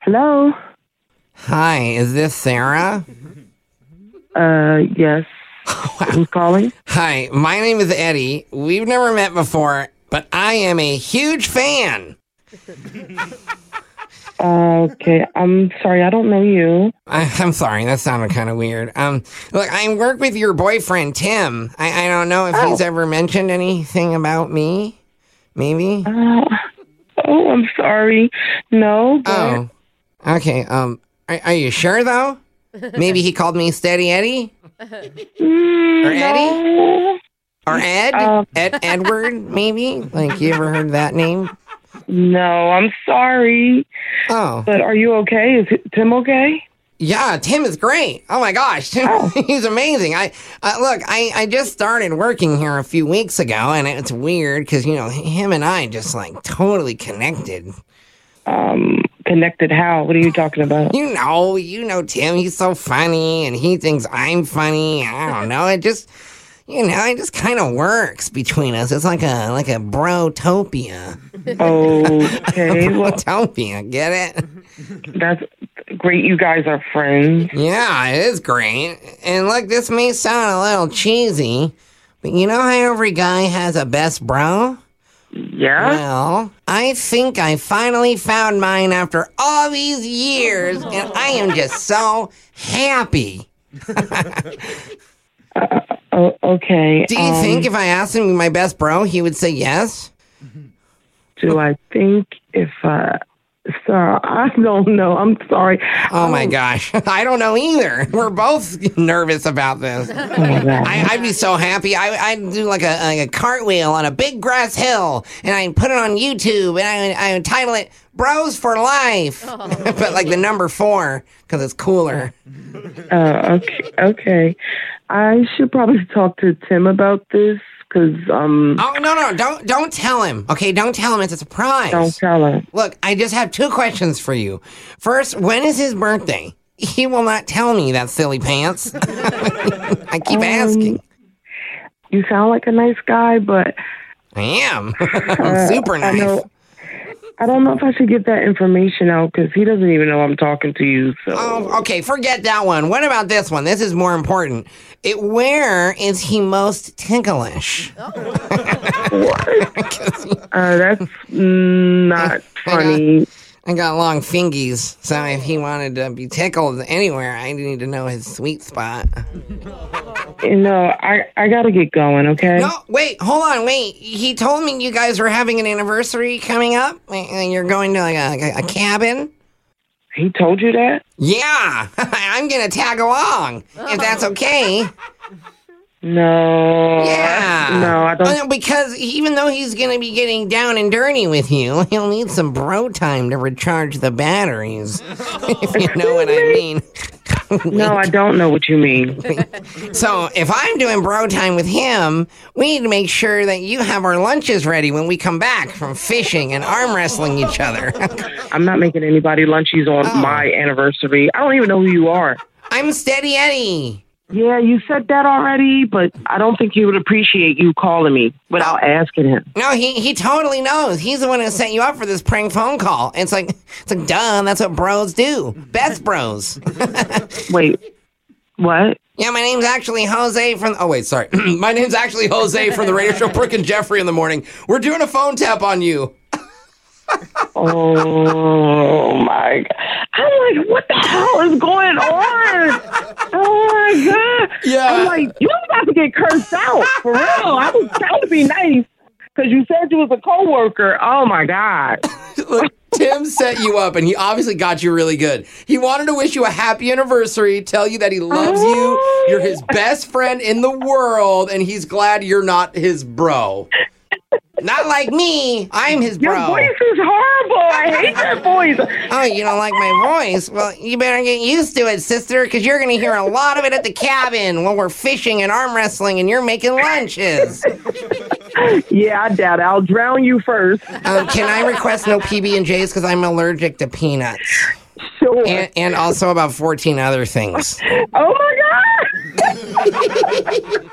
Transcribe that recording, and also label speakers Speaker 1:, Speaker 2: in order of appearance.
Speaker 1: Hello.
Speaker 2: Hi, is this Sarah?
Speaker 1: Uh, yes. Who's calling?
Speaker 2: Hi, my name is Eddie. We've never met before, but I am a huge fan.
Speaker 1: Okay, I'm sorry, I don't know you.
Speaker 2: I, I'm sorry, that sounded kind of weird. Um, look, I work with your boyfriend Tim. I, I don't know if he's ever mentioned anything about me. Maybe.
Speaker 1: Uh, oh, I'm sorry. No. but-
Speaker 2: oh, okay. Um, are, are you sure though? Maybe he called me Steady Eddie
Speaker 1: Mm,
Speaker 2: Or Eddie?
Speaker 1: no.
Speaker 2: or Ed,
Speaker 1: Um.
Speaker 2: Ed Edward. Maybe. Like you ever heard that name?
Speaker 1: No, I'm sorry.
Speaker 2: Oh,
Speaker 1: But are you okay? Is Tim okay?
Speaker 2: yeah. Tim is great. Oh my gosh, Tim, he's amazing. I uh, look. I I just started working here a few weeks ago, and it's weird because you know him and I just like totally connected.
Speaker 1: Um, connected how? What are you talking about?
Speaker 2: You know, you know Tim. He's so funny, and he thinks I'm funny. I don't know. It just, you know, it just kind of works between us. It's like a like a brotopia.
Speaker 1: Okay, well,
Speaker 2: Brotopia. Get it?
Speaker 1: that's great. You guys are friends.
Speaker 2: Yeah, it is great. And look, this may sound a little cheesy, but you know how every guy has a best bro.
Speaker 1: Yeah?
Speaker 2: Well, I think I finally found mine after all these years, and I am just so happy.
Speaker 1: Oh, okay.
Speaker 2: Do you
Speaker 1: um,
Speaker 2: think if I asked him my best bro, he would say yes?
Speaker 1: Do I think if uh so I don't know. I'm sorry.
Speaker 2: Oh my gosh. I don't know either. We're both nervous about this.
Speaker 1: Oh my God.
Speaker 2: I, I'd be so happy. I, I'd do like a, like a cartwheel on a big grass hill and I'd put it on YouTube and I, would- I would title it Bros for Life. but like the number four because it's cooler.
Speaker 1: Uh, okay, okay. I should probably talk to Tim about this because um,
Speaker 2: Oh, no, no. Don't, don't tell him. Okay. Don't tell him. It's a surprise.
Speaker 1: don't tell him.
Speaker 2: Look, I just have two questions for you. First, when is his birthday? He will not tell me that silly pants. I keep
Speaker 1: Um,
Speaker 2: asking.
Speaker 1: You sound like a nice guy, but
Speaker 2: I am. I'm super
Speaker 1: I
Speaker 2: nice.
Speaker 1: know. I don't know if I should get that information out because he doesn't even know I'm talking to you. So
Speaker 2: Oh, okay, forget that one. What about this one? This is more important. It, where is he most ticklish?
Speaker 1: uh, that's not
Speaker 2: uh,
Speaker 1: funny.
Speaker 2: I got long fingies, so if he wanted to be tickled anywhere, I need to know his sweet spot.
Speaker 1: You know, I I gotta get going. Okay.
Speaker 2: No, wait, hold on, wait. He told me you guys were having an anniversary coming up, and you're going to like a, a cabin.
Speaker 1: He told you that?
Speaker 2: Yeah, I'm gonna tag along if that's okay.
Speaker 1: No.
Speaker 2: Yeah.
Speaker 1: No, I
Speaker 2: Uh,
Speaker 1: don't.
Speaker 2: Because even though he's going to be getting down and dirty with you, he'll need some bro time to recharge the batteries. if you know what I mean.
Speaker 1: No, I don't know what you mean.
Speaker 2: So if I'm doing bro time with him, we need to make sure that you have our lunches ready when we come back from fishing and arm wrestling each other.
Speaker 1: I'm not making anybody lunchies on my anniversary. I don't even know who you are.
Speaker 2: I'm Steady Eddie.
Speaker 1: Yeah, you said that already, but I don't think he would appreciate you calling me without asking him.
Speaker 2: No, he, he totally knows. He's the one who set you up for this prank phone call. It's like it's like duh, that's what bros do. Best bros.
Speaker 1: Wait, what?
Speaker 2: Yeah, my name's actually Jose from. Oh wait, sorry.
Speaker 3: My name's actually Jose from the radio show Brooke and Jeffrey in the morning. We're doing a phone tap on you.
Speaker 1: Oh my! God. I'm like, what the hell is going on? Oh my god!
Speaker 3: Yeah.
Speaker 1: I'm like, you about to get cursed out for real? I was trying to be nice because you said you was a coworker. Oh my god!
Speaker 3: Look, Tim set you up, and he obviously got you really good. He wanted to wish you a happy anniversary, tell you that he loves you, you're his best friend in the world, and he's glad you're not his bro.
Speaker 2: Not like me. I'm his
Speaker 1: Your
Speaker 2: bro.
Speaker 1: voice is horrible. I hate your voice.
Speaker 2: Oh, you don't like my voice? Well, you better get used to it, sister, because you're going to hear a lot of it at the cabin when we're fishing and arm wrestling and you're making lunches.
Speaker 1: Yeah, I doubt it. I'll drown you first.
Speaker 2: Um, can I request no PB and J's because I'm allergic to peanuts
Speaker 1: Sure.
Speaker 2: and, and also about 14 other things.
Speaker 1: oh my god!